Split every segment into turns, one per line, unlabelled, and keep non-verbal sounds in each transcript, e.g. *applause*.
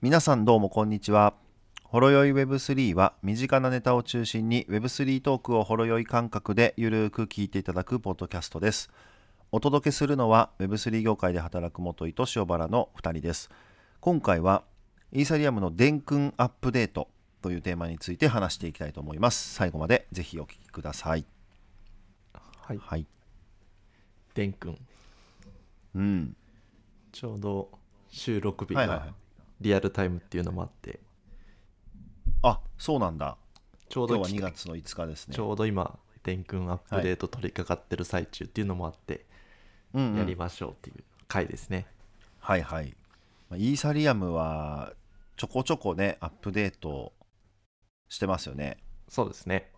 皆さんどうもこんにちは。ほろよい Web3 は身近なネタを中心に Web3 トークをほろよい感覚でゆるーく聞いていただくポッドキャストです。お届けするのは Web3 業界で働く元井と塩原の2人です。今回はイーサリアムの電訓アップデートというテーマについて話していきたいと思います。最後までぜひお聞きください。
はい、
はい。
でんくん、
うん。
ちょうど収録日
はいはいはい
が。リアルタイムっていうのもあって、
あ、そうなんだ。
ちょう
今
ど
日は2
き
月の5日ですね
ち。ょうど今、でんくんアップデート取り掛かってる最中っていうのもあって、
うんうん
やりましょうっていう回ですね。
はいはい。まあイーサリアムはちょこちょこね、アップデートしてますよね。
そうですね。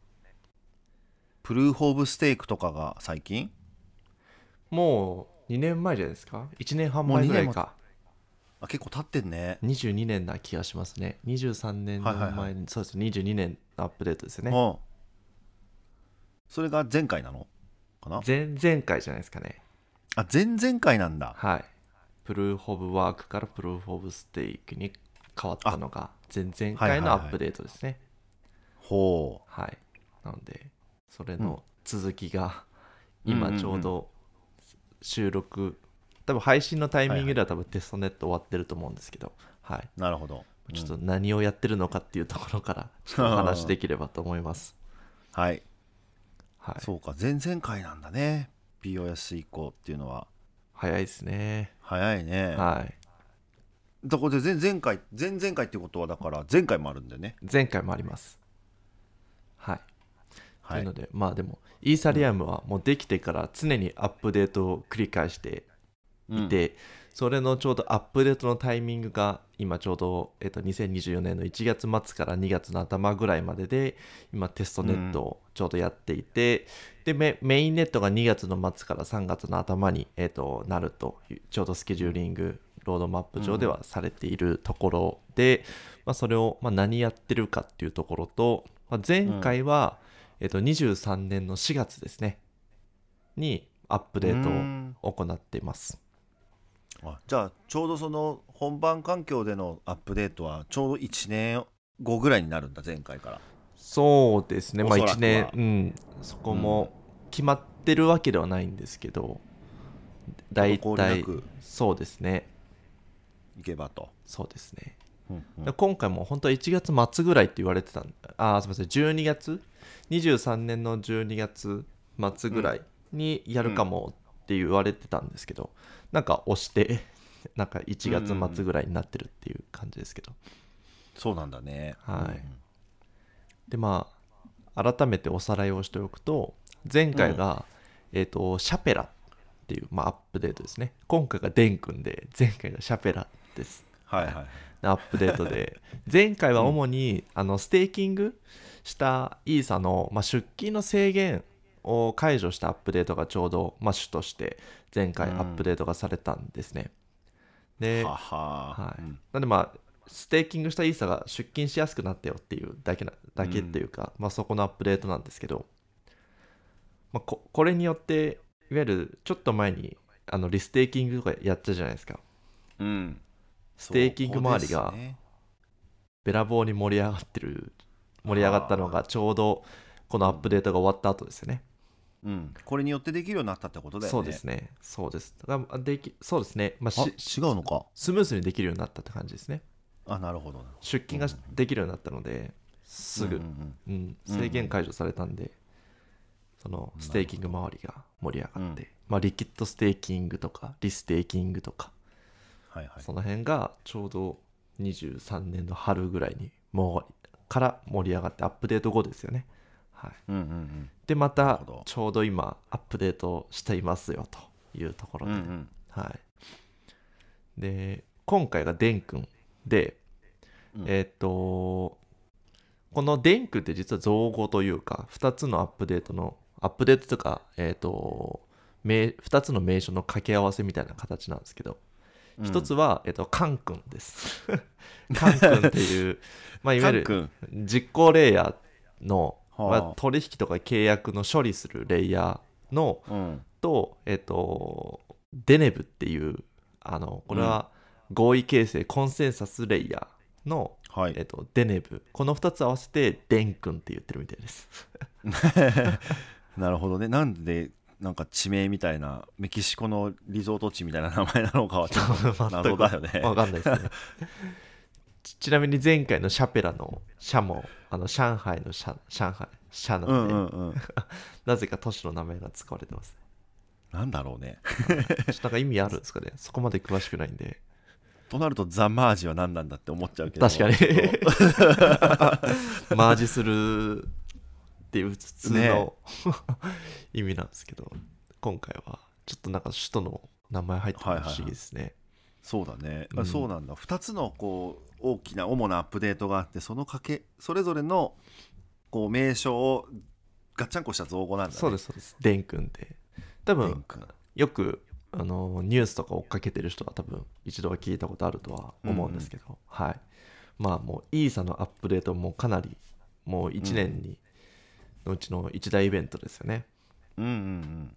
プルーフ・オブ・ステークとかが最近
もう2年前じゃないですか ?1 年半
もう
前
二
ぐら
年
い
も
か。
あ結構経ってんね。
22年な気がしますね。23年の
はいは
前
い
に、
はい
そうですね、22年のアップデートですよね。
うん。それが前回なのかな
前々回じゃないですかね。
あ、前々回なんだ。
はい。プルーフ・オブ・ワークからプルーフ・オブ・ステイクに変わったのが前々回のアップデートですね。
ほう。
はい。なので、それの続きが、今ちょうど収録、多分配信のタイミングでは多分テストネット終わってると思うんですけど、はい。
なるほど。
ちょっ
うん
と何をやってるのかっていうところ *laughs* から、ちょっとお話しできればと思います。
はい。
はい。
そうか、前々回なんだね。POS 以降っていうのは。
早いですね。
早いね。
はい。
ところで前前回、前々回ってことはだから前回もあるんだよね。
前回もあります。はい。
は
という
い
の。でまあでもイーサリアムはもうできてから常にアップデートを繰り返して
うん
いて、それのちょうどアップデートのタイミングが今ちょうど、えっと、2024年の1月末から2月の頭ぐらいまでで今テストネットをちょうどやっていて、でメメインネットが2月の末から3月の頭に、えっと、なるというちょうどスケジューリングロードマップ上ではされているところで、まあ、それを、まあ、何やってるかっていうところと、まあ、前回は、えっと、23年の4月ですねにアップデ
う
ー
ん
トを行っています。
あじゃあちょうどその本番環境でのアップデートはちょうど1年後ぐらいになるんだ前回から
そうですね、まあ、
おそらくは
1年、うん、そこも決まってるわけではないんですけど、大
滞り
体
なく
そうですね、
いけばと、
そうですね。
うんうん
で今回も本当は1月末ぐらいって言われてたんあーすみません、12月、23年の12月末ぐらいにやるかもって言われてたんですけど、なんか押して、なんか1月末ぐらいになってるっていう感じですけど。
そうなんだね
はい
うん
でまあ改めておさらいをしておくと前回が、えっ、とシャペラっていう、まあ、アップデートですね今回がデン君で前回がシャペラです
はいはい
アップデートで前回は主に、あのステーキングしたイーサの、まあ、出勤の制限を解除したアップデートがちょうど、まあ、主として前回アップデートがされたんですね、で
はは
はい
うん
なんでまあステーキングしたイーサが出勤しやすくなったよっていうだけなだけっていうか、まあ、そこのアップデートなんですけど、まあ、ここれによっていわゆるちょっと前にあのリステーキングとかやったじゃないですか
うん
ステーキング周りが
そうですね
べらぼうに盛り上がってる盛り上がったのがちょうどこのアップデートが終わった後ですよね、
うん、これによってできるようになったってことだよね
そうですねそうですだからできそうですね、まあ、
あ
し
違うのか
スムースにできるようになったって感じですね
あなるほどな
出勤ができるようになったのですぐ、
うんうん
うん、
うんうん
制限解除されたんで、そのステーキング周りが盛り上がって、
うん
まあ、リキッドステーキングとかリステーキングとか、
はいはい
その辺がちょうど23年の春ぐらいにもうから盛り上がってアップデート後ですよね、はい、
うんうんうん
で
な
ま
る
た
ほど
ちょうど今アップデートしていますよというところ
うん
で、
うん
はい、で今回がデン君で、
うん
えーっとこのデン君って実は造語というか2つのアップデートのアップデートとか、えーっと名2つの名称の掛け合わせみたいな形なんですけど、
うん
1つは、えーっとカン君です *laughs* カン君っていう、まあ、いわゆ
カ
る
ン
実行レイヤーの、
はあ
まあ取引とか契約の処理するレイヤーの、
君うん
と、えっと、デネブっていう、あの、これは合意形成コンセンサスレイヤーの、
は
え
い
っと、デネブこの2つ合わせてデン君って言ってるみたい
*laughs*
です
なるほどねなんでなんか地名みたいなメキシコのリゾート地みたいな名前なのかはちょ
*laughs*
っと謎だよね
わかんないですね。ちちなみに前回のシャペラのシャも、あの上海のシャ上海シャな
うん
ので、
うんうん
なぜか都市の名前が使われてます。
なんだろうね
ちょっとなんか意味あるんですかね。そこまで詳しくないんで。
となるとザ・マージは何なんだって思っちゃうけど
確かに。
*laughs*
マージするっていう普通の、
ね
*laughs* 意味なんですけど、今回はちょっとなんか首都の名前入ってて不思議ですね。
そうだね、
うん
あそうなんだ2つのこう大きな主なアップデートがあってそのかけそれぞれのこう名称をガッチャンコした造語なんだね
そうです、そうです。デン君って。多分
デン君
よくあのニュースとか追っかけてる人は多分一度は聞いたことあるとは思うんですけど、はいまあもうイーサのアップデートもかなりもう1年にのうちの一大イベントですよね、
うんうん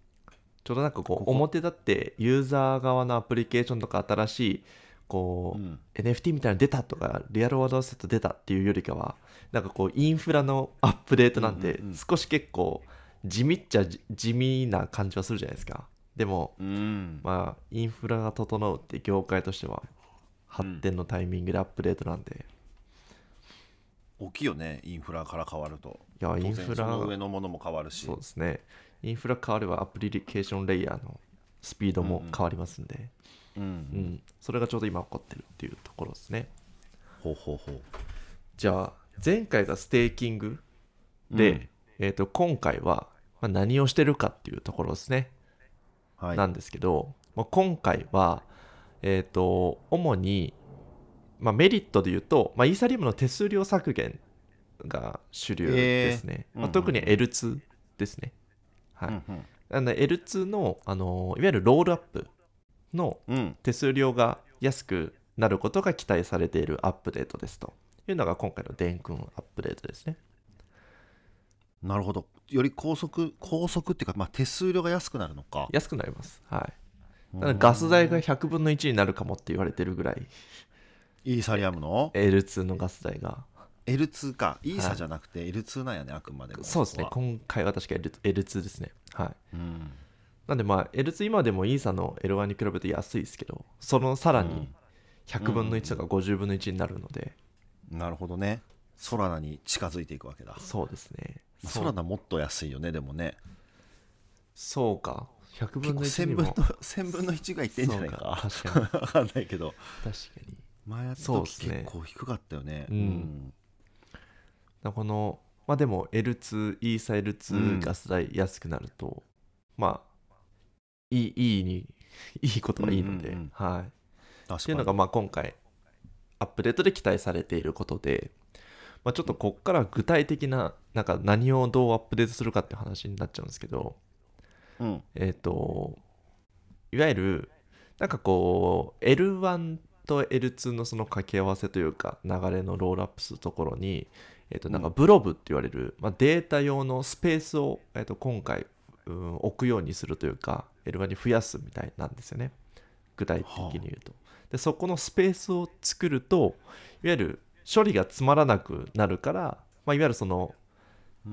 ちょうどなんかこう
ここ
表立ってユーザー側のアプリケーションとか新しいこ
う
う、
んうん
NFT みたいなの出たとかリアルワードアセット出たっていうよりかはなんかこうインフラのアップデートなん
うん
て
うんうん
少し結構地味っちゃ地地味な感じはするじゃないですかでも
うん
まあ、インフラが整うって業界としては発展のタイミングでアップデートなんで、
大きいよねインフラから変わると
いやイ
当
ン
然
フ
そ
ラ
の上のものも変わるし
そうですねインフラ変わればアプリケーションレイヤーのスピードも変わりますんで、
うんう
うん
ん、
それがちょうど今起こってるっていうところですね
ほうほうほう
じゃあ前回がステーキングで、
うん
えー、と今回はまあ何をしてるかっていうところですね、
はい
なんですけど、まあ、今回は、えー、と主に、まあ、メリットで言うと、まあ、イーサリアムの手数料削減が主流ですね、
えー
ま
う
あ、
ん
特に L2 ですね、はい
うん
あの L2 の、あのいわゆるロールアップの
うんうん
手数料が安くなることが期待されているアップデートですというのが今回のデン君アップデートですね
なるほどより高速高速っていうか、まあ、手数料が安くなるのか
安くなりますはいだからガス代が100分の1になるかもって言われてるぐらい
イーサリアムの
L2 のガス代が
L2 かイーサじゃなくて L2 なんやねあくまでも
そうですね
ここは
今回は確か L- L2 ですねはい
うん
なんでまあ L2 今でもイーサの L1 に比べて安いですけどそのさら
う
に
ん
100分の1とか50分の1になるので、
なるほどねソラナに近づいていくわけだ、ま
そうですね
あ
そ
ソ
う
ラナもっと安いよねでもね
そうか100
結
分
構
の1に
1000分の1000
も
分の1ぐらいいってんじゃないか
そうか確
わかんないけど
確かに
前やった
そうっ
時
すね
結構低かったよね
うんだからこのまあでも L2 イーサ
うん
L2 ガス代安くなると、まあいいいいにいいことはいいので、
うんうんうん
はいっ
確
て
か
いう
に
のがまあ今回アップデートで期待されていることで、まあ、ちょっとこっから具体的ななんか何をどうアップデートするかって話になっちゃうんですけど
うん
えっ、といわゆるなんかこう L1 と L2 のその掛け合わせというか流れのロールアップするところに、えっとなんかブロブって言われる、まあ、データ用のスペースを、えっと今回、うん、置くようにするというか L1 に増やすみたいなんですよね具体的に言うと、でそこのスペースを作るといわゆる処理がつまらなくなるから、まあ、いわゆるその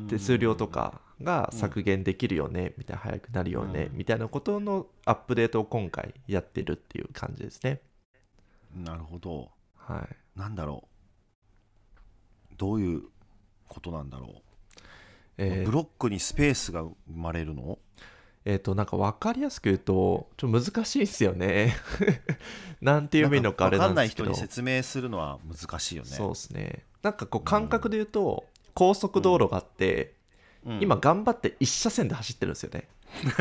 手数料とかが削減できるよねみたいな早くなるよね
うん
みたいなことのアップデートを今回やってるっていう感じですね
なるほど
は
なんだろうどういうことなんだろ、
いうえ
ブ
ー
ロックにスペースが生まれるの
えーとなんか分かりやすく言うとちょっと難しいですよね *laughs* なんて
な
読
んか
めるのかあれ
わ
な
か
ん
んな
で
い
すけ
人
ど
に説明するのは難しいよね
そうですねなんかこう感覚で言うと高速道路があって
うん *laughs*
今頑張って一車線で走ってるんですよね
うん、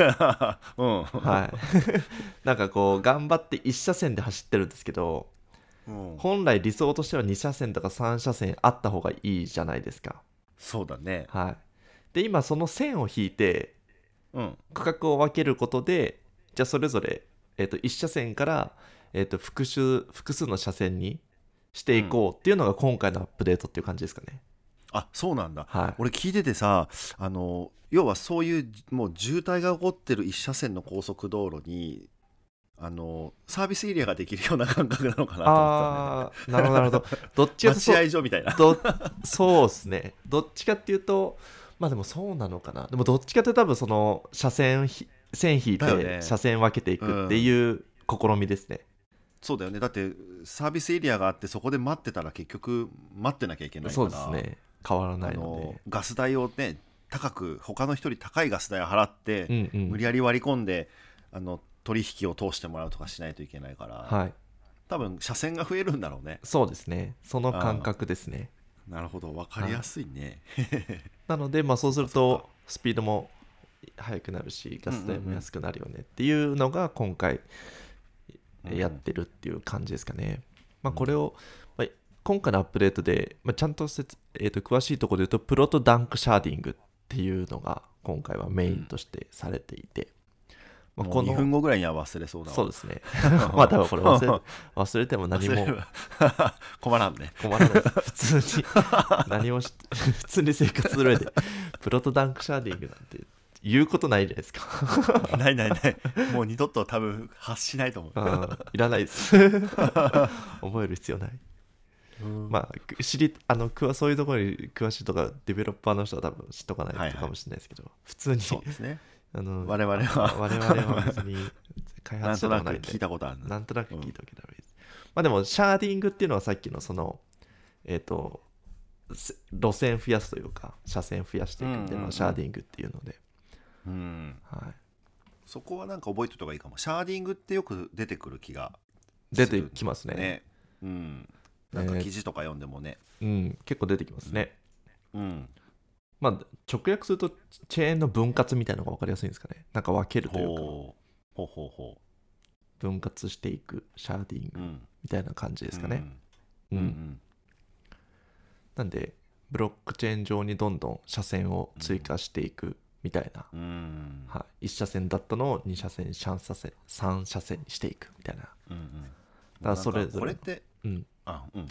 *laughs* はいなんかこう頑張って一車線で走ってるんですけど
うん
本来理想としては2車線とか3車線あった方がいいじゃないですか。
そうだね
はい、で今その線を引いて
うん
区画を分けることでじゃあそれぞれ、えー、と1車線から、えー、と複数複数の車線にしていこうっていうのが今回のアップデートっていう感じですかね。
あそうなんだ
はい、
俺聞いててさあの要はそういうもう渋滞が起こってる一車線の高速道路にあのサービスエリアができるような感覚なのかなと思っ
ああーなるほどなるほどどっち
た、ね、 *laughs*
かと
待合所みたいな
どそうですねどっちかっていうとまあでもそうなのかなでもどっちかって多分その車線ひ線引い
だよ
て
ね
車線分けていくっていう試みですね、
そうだよねだってサービスエリアがあってそこで待ってたら結局待ってなきゃいけないから
そうですね変わら
あ
ないの
のガス代をね高く他の人に高いガス代を払って、
でうんうん
無理やり割り込んであの取引を通してもらうとかしないといけないから、
はい
多分車線が増えるんだろうね
そうですねその感覚ですね
なるほど分かりやすいね、
なのでまあそうする
そっか
とスピードも速くなるしガス代も安くなるよねっていうのが今回
うん
やってるっていう感じですかね。まあ、これを、まあ、今回のアップデートで、まあ、ちゃんと説、えー、と詳しいところで言うとプロとダンクシャーディングっていうのが今回はメインとしてされていて、まあ、
も
こ
う2
の
分後ぐらいには忘れそうだわ
そうですね *laughs* まあ多分これ
*laughs*
忘れ忘れても何
忘れ
も
るわ *laughs* 困らんね
困らないです普通に何もし *laughs* 普通に生活する上でプロとダンクシャーディングなんて言うことないじゃないですか
ないないないもう二度と多分発しないと思う
うん *laughs* いらないです
*laughs*
覚える必要ない
うん
まあく知りあのくわそういうところに詳しいとかデベロッパーの人は多分知っとか
は
ない
い
と
はい
かもしれないですけど、普通に
そうですね
あの
我々は
我々は別に開
なん
発者
とな
でも
く
ないんで
聞いたことあるな
なんとなく聞いたわけだわけです、まあでもシャーディングっていうのはさっきのそのえっ、とせ路線増やすというか車線増やしていくってい
うん
う
うん
の
うん
はシャーディングっていうので、
うん
はい、
そこはなんか覚えておいた方がいいかもシャーディングってよく出てくる気が
出てきますね
ねうんなんか記事とか読んでもね
うん、結構出てきますね、
うん
まあ直訳するとチェーンの分割みたいなのが分かりやすいんですかねなんか分けるというか
ほうほうほうほ
分割していくシャーディン
う
グ
うん
みたいな感じですかね。
うんう
うん
ん
なんでブロックチェーン上にどんどん車線を追加していくみたいな、
うんうん
はい、1車線だったのを2車線3車線3車線にしていくみたいなだか
うんうん
だからそれぞれの
これって
うん
あうんうん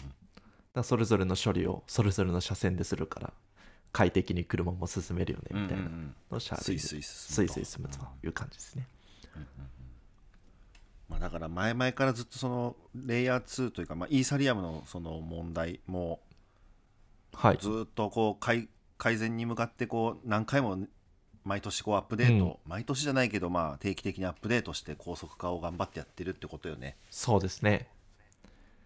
らそれぞれの処理をそれぞれの車線でするから快適に車も進めるよねみた
う
いな
んうんうん
のをシャーデ
ス
ィン
イ
グ
スイ進
スイ
むと
スイ進むという感じですね。
まあ、だから前々からずっとそのレイヤー2というか、まあ、イーサリアムのその問題も
はい、
ずっとこう改改善に向かってこう何回も毎年こうアップデート、毎年じゃないけどまあ定期的にアップデートして高速化を頑張ってやってるってことよね。
そうですね。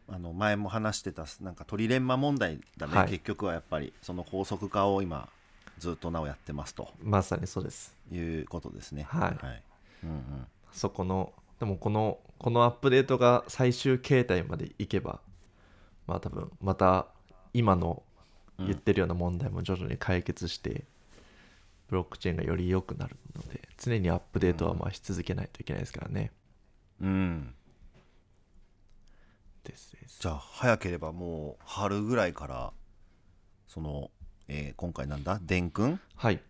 あの前も話してたなんかトリレンマ問題だね、
はい
結局はやっぱりその高速化を今ずっとなおやってますと
まさにそうです。
いうことですね。
はい
うんうん
そこのでもこのこのアップデートが最終形態までいけばまあ多分また今の言ってるような問題も徐々に解決して、ブロックチェーンがより良くなるので常にアップデートはまあし続けないといけないですからね、
うん、
ですです
じゃあ早ければもう春ぐらいからその、えー今回なんだデン君
はい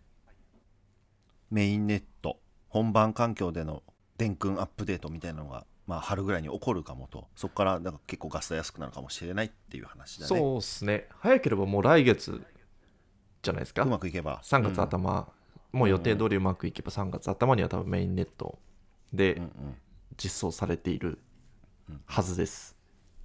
メインネット本番環境でのデン君アップデートみたいなのが、まあ、春ぐらいに起こるかもとそこからなんか結構ガス代安くなるかもしれないっていう話だね
そうですね早ければもう来月じゃないですか
うまくいけば
3月、頭、もう予定通りうまくいけば3月頭には多分メインネット
う
で
んうん
実装されているはずです、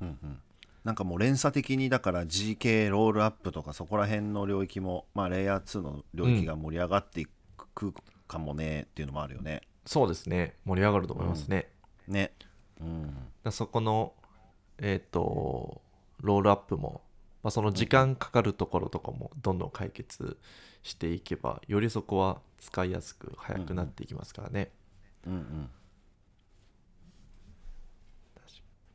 うんうんうん、なんかもう連鎖的にだから GK ロールアップとかそこら辺の領域も、まあ、レイヤー2の領域が盛り上がっていくかもねっていうのもあるよね。
そうですね盛り上がると思いますね、だか
ね。うん
らそこのえっ、とロールアップも、まあ、その時間かかるところとかもどんどん解決していけばよりそこは使いやすく早くなっていきますからね、
うんうん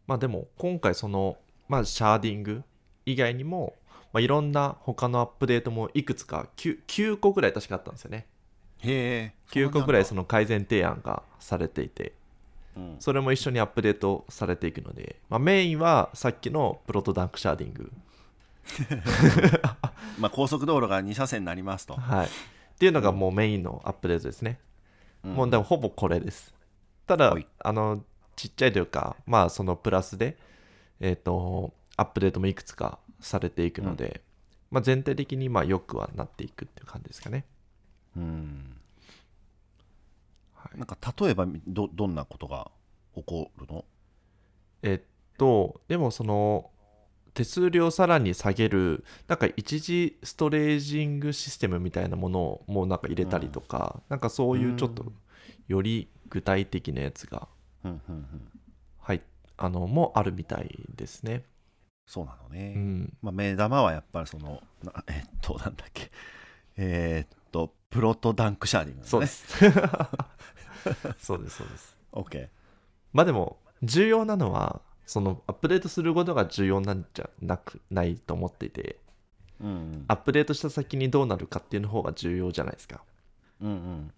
まあでも今回その、まあ、シャーディング以外にも、まあ、いろんな他のアップデートもいくつか 9, 9個ぐらい確かあったんですよね
へえ
9個ぐらい
そ
その改善提案がされていて
うなんだ
それも一緒にアップデートされていくので、まあ、メインはさっきのプロトダンクシャーディング、
うんまあ、高速道路が2車線になりますと、
はい、っていうのがもうメインのアップデートですね、
うん
もうでもほぼこれですただ
はい
あのちっちゃいというかまあそのプラスでえっ、とアップデートもいくつかされていくので、まあ、全体的にまあ良くはなっていくっていう感じですかね、
うん、
はい
なんか例えばどどんなことが起起こるの
えっと、でもその、手数料をさらに下げる、なんか一時ストレージングシステムみたいなものをもうなんか入れたりとか、なんかそういうちょっと
うん
より具体的なやつが、
うんうんうん
はい、あの、もあるみたいですね。
そうなのね、
うん。
まあ、目玉はやっぱりそのな *laughs* えっとなんだっけえーっとプロトダンクシャーディング
そうですす。そうです、そうです。
OK
まあでも、重要なのは、そのアップデートすることが重要なんじゃなくないと思っていて、
うんうん
アップデートした先にどうなるかっていうの方が重要じゃないですか。
うんうん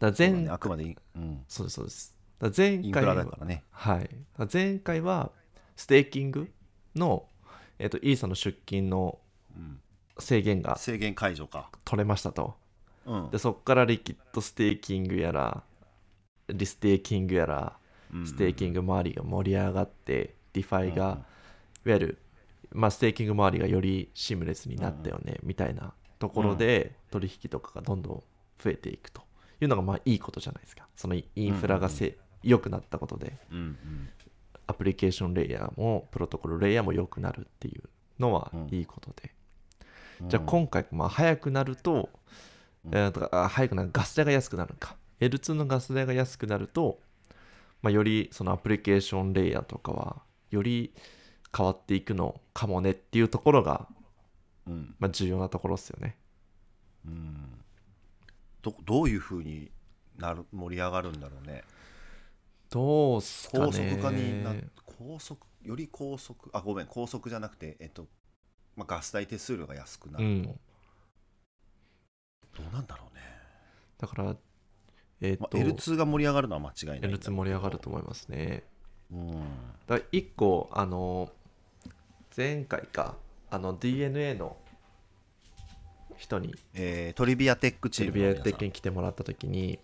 だから
そう
前
だねあくまでイン,、うん、
そうですそうですだから前
インフ
回
ラ
は
だからね
はいだから前回はステーキングの、えっとイーサの出金の
うん
制限が
制限解除か
取れましたと
うん
でそこからリキッドステーキングやらリステーキングやらステーキン
グ
グ周りが盛り上がって、ディファイが、いわゆる、まあ、ステーキング周りがよりシームレスになったよね、みたいなところで取引とかがどんどん増えていくというのがまあいいことじゃないですかそのイインフラがせ、良くなったことで
うんうん
アプリケーションレイヤーもプロトコルレイヤーも良くなるっていうのは
うん
いいことで、
うん
じゃあ今回、まあ、早くなると、
うん
えーとかあ早くなるガス代が安くなるのか L2 のガス代が安くなると、まあ、よりそのアプリケーションレイヤーとかはより変わっていくのかもねっていうところが、
うん
まあ、重要なところですよね
うんどどういうふうになる盛り上がるんだろうね
どうすかね
高速化にな高速より高速あごめん高速じゃなくてえっと、まあ、ガス代手数料が安くな
う
る、
ん
どうなんだろうね、
だからえっ、
まあ、
と、
L2 が盛り上がるのは間違いないんだけど
L2 盛り上がると思いますね
うん
だから1個あの前回かあの DNA の人に
えートリビアテックチ
ト
ー
リ
ムの
ビ
皆さ
ア
ん
テックに来てもらった時に、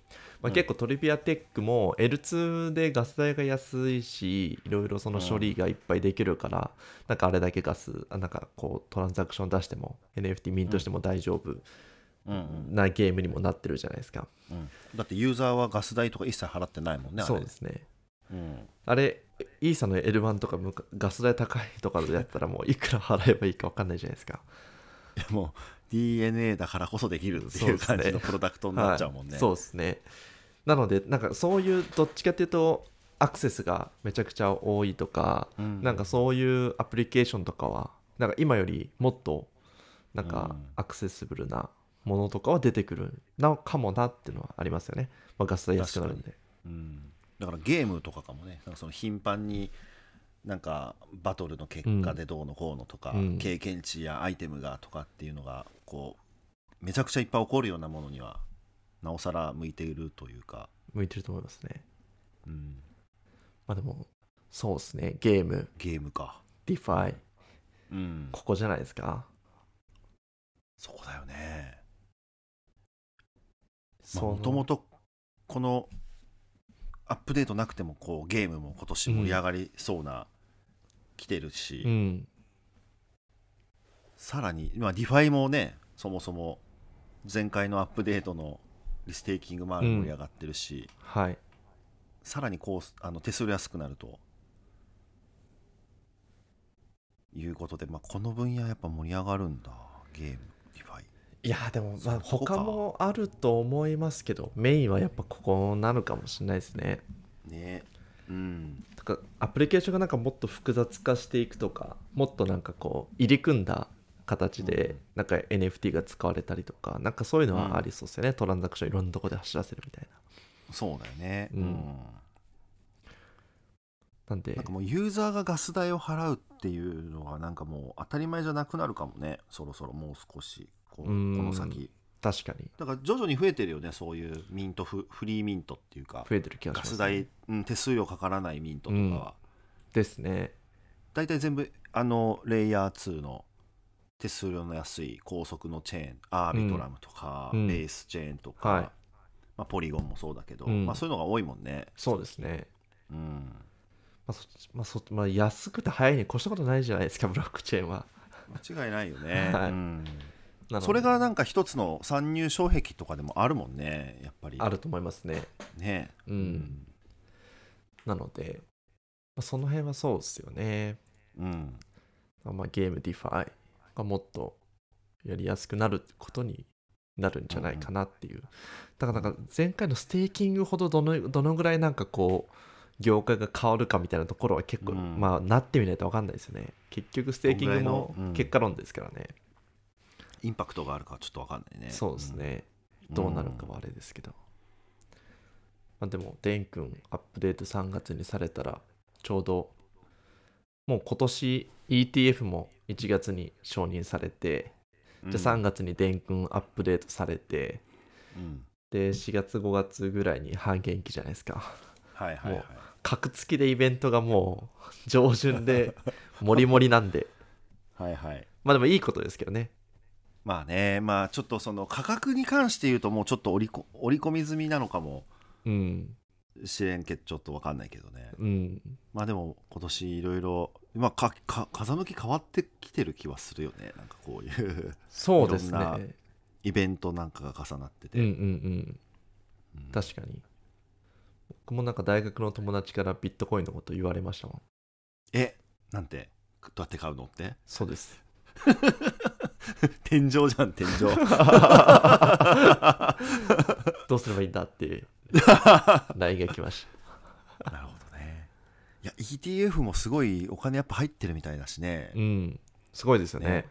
う
まあ、
ん
結構トリビアテックも L2 でガス代が安いしいろいろその処理がいっぱいできるから、なんかあれだけガスあなんかこうトランザクション出しても NFT ミントしても大丈夫
うん
なゲームにもなってるじゃないですか、
うんうん、だってユーザーはガス代とか一切払ってないもんねあれ
そうですね
うん、
あれイーサの L1 とかむかガス代高いとかでやったらもういくら払えばいいか分かんないじゃないですか
いやもう DNA だからこそできるって
そう
いう
ですね
感じのプロダクトになっちゃうもんね、
はいそうですねなのでなんかそういうどっちかっていうとアクセスがめちゃくちゃ多いとか、
うん
なんかそういうアプリケーションとかはなんか今よりもっとなん
う
か
ん
アクセシブルなものとかは出てくるのかもなっていうのはありますよね、まあ、ガス代安くなるんで
うん、だからゲームとかかもねなんかその頻繁になんかバトルの結果でどうのこうのとか、
うん
経験値やアイテムがとかっていうのがこうめちゃくちゃいっぱい起こるようなものにはなおさら向いているというか、
向いてると思いますね
うん、
まあでもそうですねゲーム
ゲームか、
ディファイ
うん、
ここじゃないですか
そこだよね
その
もともとこのアップデートなくてもこうゲームも今年盛り上がりそうな、来てるし、
うん
さらに、まあ、ディファイもね、そもそも前回のアップデートのリステーキング周り盛り上がってるし、
はい
さらにこうあの手数料安くなると。いうことで、まあ、この分野やっぱ盛り上がるんだ、ゲーム、ディファイ。
いやでもまあ
そこか
他もあると思いますけどメインはやっぱここなのかもしれないですね
ねうん。
とかアプリケーションがなんかもっと複雑化していくとかもっとなんかこう入り組んだ形
う
で
ん
なんか NFT が使われたりとかなんかそういうのはありそうですよね、トランザクションいろんなとこで走らせるみたいな
そうだよね。
うんなんで
なんかもうユーザーがガス代を払うっていうのが、なんかもう当たり前じゃなくなるかもね、そろそろもう少し、こうこ
うん
の先。
確かに
だから徐々に増えてるよねそういうミントフフリーミントっていうか
増えてる気がしま
ガ
す、
ス代、うん、手数料かからないミントとかは、
ですね
大体全部あのレイヤー2の手数料の安い高速のチェーンアービトラムとか、
うん
ベースチェーンとか、
はい
まあ、ポリゴンもそうだけど、
うん
まあ、そういうのが多いもんね、
そうですね
うん、
まあそ,、まあそまあ、安くて早いに越したことないじゃないですかブロックチェーンは
間違いないよね、
*laughs* はい
うん
なので
それがなんか一つの参入障壁とかでもあるもんねやっぱり
あると思いますね
ね
うんなので、まあ、その辺はそうですよね。
うん
まあ、ゲーム DeFi がもっとやりやすくなることになるんじゃないかなっていう。だからなんか前回のステーキングほどどのどのぐらいなんかこう業界が変わるかみたいなところは結構、
うん
まあなってみないと分かんないですよね。結局ステーキング
どん
も
ぐらいのうん
結果論ですからね。
インパクトがあるかはちょっとわかんないね
そうですね。どうなるかはあれですけど。まあ、でも、デン君、アップデート3月にされたら、ちょうど、もう今年 ETF も1月に承認されて、
うん
じゃあ3月にデン君アップデートされて、
うん
で、4月、5月ぐらいに半減期じゃないですか。
はいはいはい
も格付きでイベントがもう上旬
*laughs*
で、もりもりなんで、
はいはい
まあでもいいことですけどね。
まあねまあちょっとその価格に関して言うともうちょっと織りこ織り込み済みなのかも
うん、
しれんけどちょっとわかんないけどね
うん、
まあでも今年いろいろまあかか風向き変わってきてる気はするよねなんかこういう *laughs*
そうです
いろん
ね。
イベントなんかが重なってて、
うんうんうん。
うん
確かに僕もなんか大学の友達からビットコインのこと言われましたもん
えなんてどうやって買うのって
そうです
天井じゃん天 *laughs* 井
どうすればいいんだって LINE が来まし
なるほどねいや ETF もすごいお金やっぱ入ってるみたいだしね
たうんすごいですよね
ね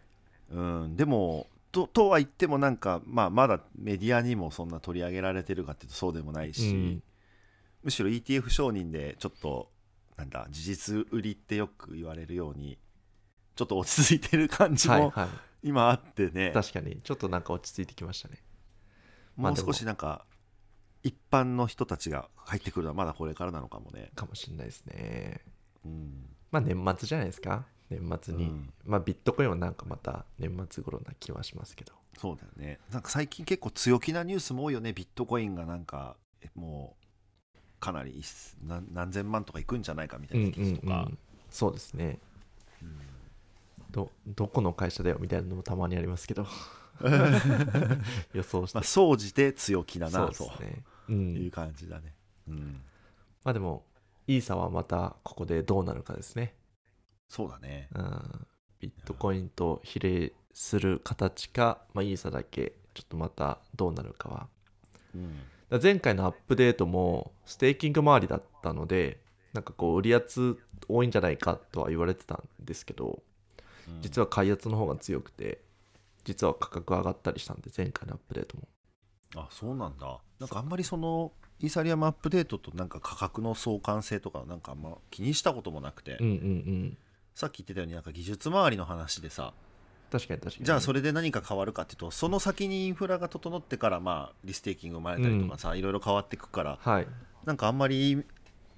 うん、でもととは言ってもなんか、まあ、まだメディアにもそんな取り上げられてるかっていうとそうでもないし、
うん
むしろ ETF 承認でちょっとなんだ事実売りってよく言われるようにちょっと落ち着いてる感じ
はい
も
は
今あってね、
い確かにちょっとなんか落ち着いてきましたねまあ
もう
でも
少しなんか一般の人たちが入ってくるのはまだこれからなのかもね。
かもしれないですね
うん
まあ年末じゃないですか年末に、
うん
まあビットコインはなんかまた年末頃な気はしますけど
そうだよねなんか最近結構強気なニュースも多いよねビットコインがなんかえもうかなり一何何千万とかいくんじゃないかみたいな記事とか、
そうですねどどこの会社だよみたいなのもたまにありますけど予想して
まあ総じて強気だな
そう
と
ですね、う、
いうん感じだね、うん、
まあでもイーサはまたここでどうなるかですね、
そうだね
うん、ビットコインと比例する形か、まあ、イーサだけちょっとまたどうなるかは
うん
だから前回のアップデートもステーキング周りだったのでなんかこう売り圧多いんじゃないかとは言われてたんですけど実
は
は開発の方が強くて実は価格上がったりしたんで前回のアップデートも
あそうなんだなんかあんまりそのイーサリアムアップデートとなんか価格の相関性とかなんかあんま気にしたこともなくて、
うんうんうん
さっき言ってたようになんか技術周りの話でさ
確かに確かに
じゃあそれで何か変わるかっていうとその先にインフラが整ってからまあリステーキング生まれたりとかさ、いろいろ変わっていくから
はい
なんかあんまり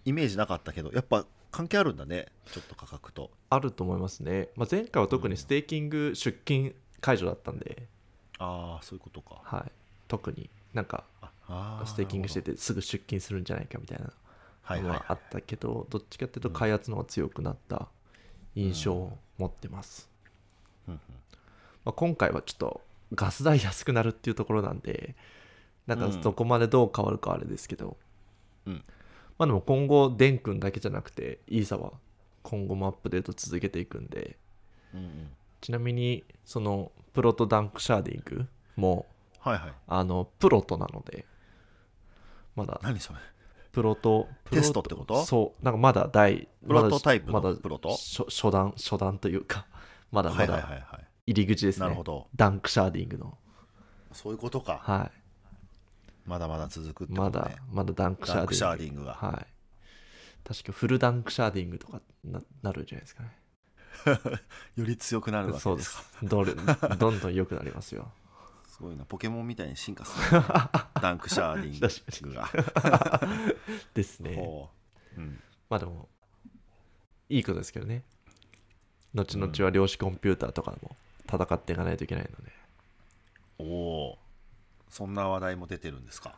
イメージなかったけどやっぱ関係あるんだねちょっと価格と
あると思いますね、まあ、前回は特にステーキング出勤解除だったんで、
ああそういうことか
はい、特になんか
ああ
ステーキングして
て
てすぐ出勤するんじゃないかみたいな
はい
の
はい
はあったけど、どっちかっていうと開発の方が強くなった印象を持ってます、
うん
まあ、今回はちょっとガス代安くなるっていうところなんでなんか
うん
どこまでどう変わるかはあれですけど、
うん
まあでも今後デン君だけじゃなくてイーサは今後もアップデート続けていくんで
うんうん
ちなみにそのプロとダンクシャーディングも
はいはい
あのプロとなのでまだ
何それ
プロとプロ
テストってこと
そうなんかまだ第
プロトタイプ
まだ
のプロト
初初段初段というか *laughs* まだ
は
ま
いはいは
だ
いはい
入り口ですね、
なるほど
ダンクシャーディングの
そういうことか
はい
まだまだ続くってこ
ま
と
だ
ね
まだダンクシャー
ダ
ディン
ン
グ
クシャーディングが
はい確かフルダンクシャーディングとかななるんじゃないですかね
より強くなるわけ
そう
で
です
か
すどれどんどん良くなりますよ
すごいなポケモンみたいに進化す
*laughs*
るねダンクシャーディングが
ですね
ほううん
まあでも、いいことですけどね。後々は量子コンピューターとかも戦っていかないといけないので。い
おおそんな話題も出てるんですか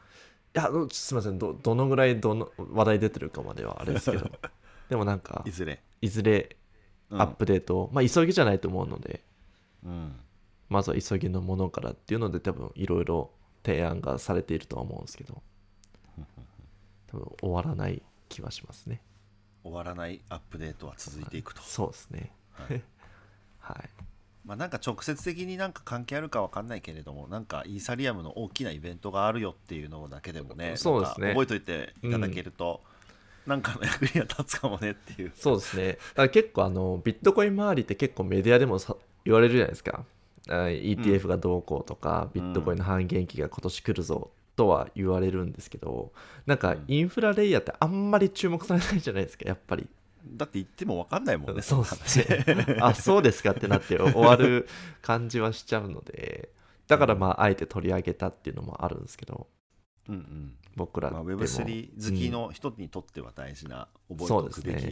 や、あのすみませんど、どのぐらいどの話題出てるかまではあれで
*laughs*
すけど、でもなんか
い、ずれ
いずれ
う
ア
ん
ップデートを、まあ急ぎじゃないと思うので、
うん
まずは急ぎのものからっていうので、多分いろいろ提案がされているとは思うんですけど、多分終わらない気はしますね。
終わらないアップデートは続いていくと、
そうですね
はい
*laughs* はい
まあ、なんか直接的になんか関係あるかわかんないけれどもなんかイーサリアムの大きなイベントがあるよっていうのだけでもね
そうですね
なんか覚えといていただけると、なんかの役には立つかもねっていう
そうですね。だから結構あのビットコイン周りって結構メディアでもさ言われるじゃないですか。あ ETF がどうこうとか、
うん
ビットコインの半減期が今年来るぞとは言われるんですけど、なんかインフラレイヤーってあんまり注目されないじゃないですか、やっぱり。
だって言ってもわかんないもんね
*laughs* そう
の
ですね。あ、そうですかってなって終わる感じはしちゃうので、だからまあ、あえて取り上げたっていうのもあるんですけど、
うんうん
僕らで
まあ、
も。
Web3 好きの人にとっては大事な覚えておくべ
そうですね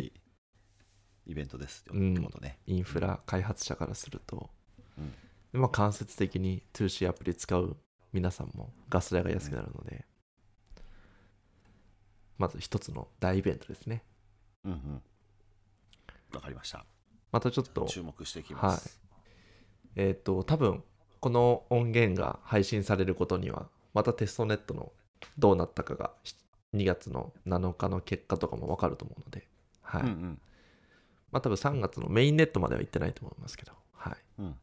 きイベントですよ、
うん
ってことね。
インフラ開発者からすると、
うん
でまあ、間接的に 2C アプリ使う皆さんもガス代が安くなるので、まず一つの大イベントですね
うんうん。わかりました。
またちょっと
注目していきます。
えっ、と多分この音源が配信されることにはまたテストネットのどうなったかがし2月の7日の結果とかも分かると思うので、はい
うんうん。
まあ多分3月のメインネットまでは行ってないと思いますけどはい、
うん。わ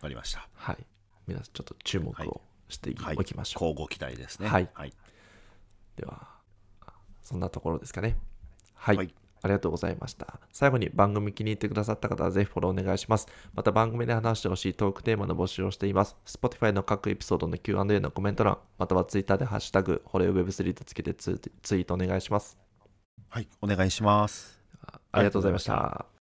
かりました。
はい、皆さんちょっと注目
はい
をして
はい
おきましょう、
交互期待ですね。
はい
はい。
ではそんなところですかねはい、
はい
ありがとうございました最後に番組気に入ってくださった方はぜひフォローお願いしますまた番組で話してほしいトークテーマの募集をしています Spotify の各エピソードの Q&A のコメント欄または Twitter で「ハッシュタグホレウェブ3」とつけてツイツイートお願いします
はい、お願いします。
あありがとうございました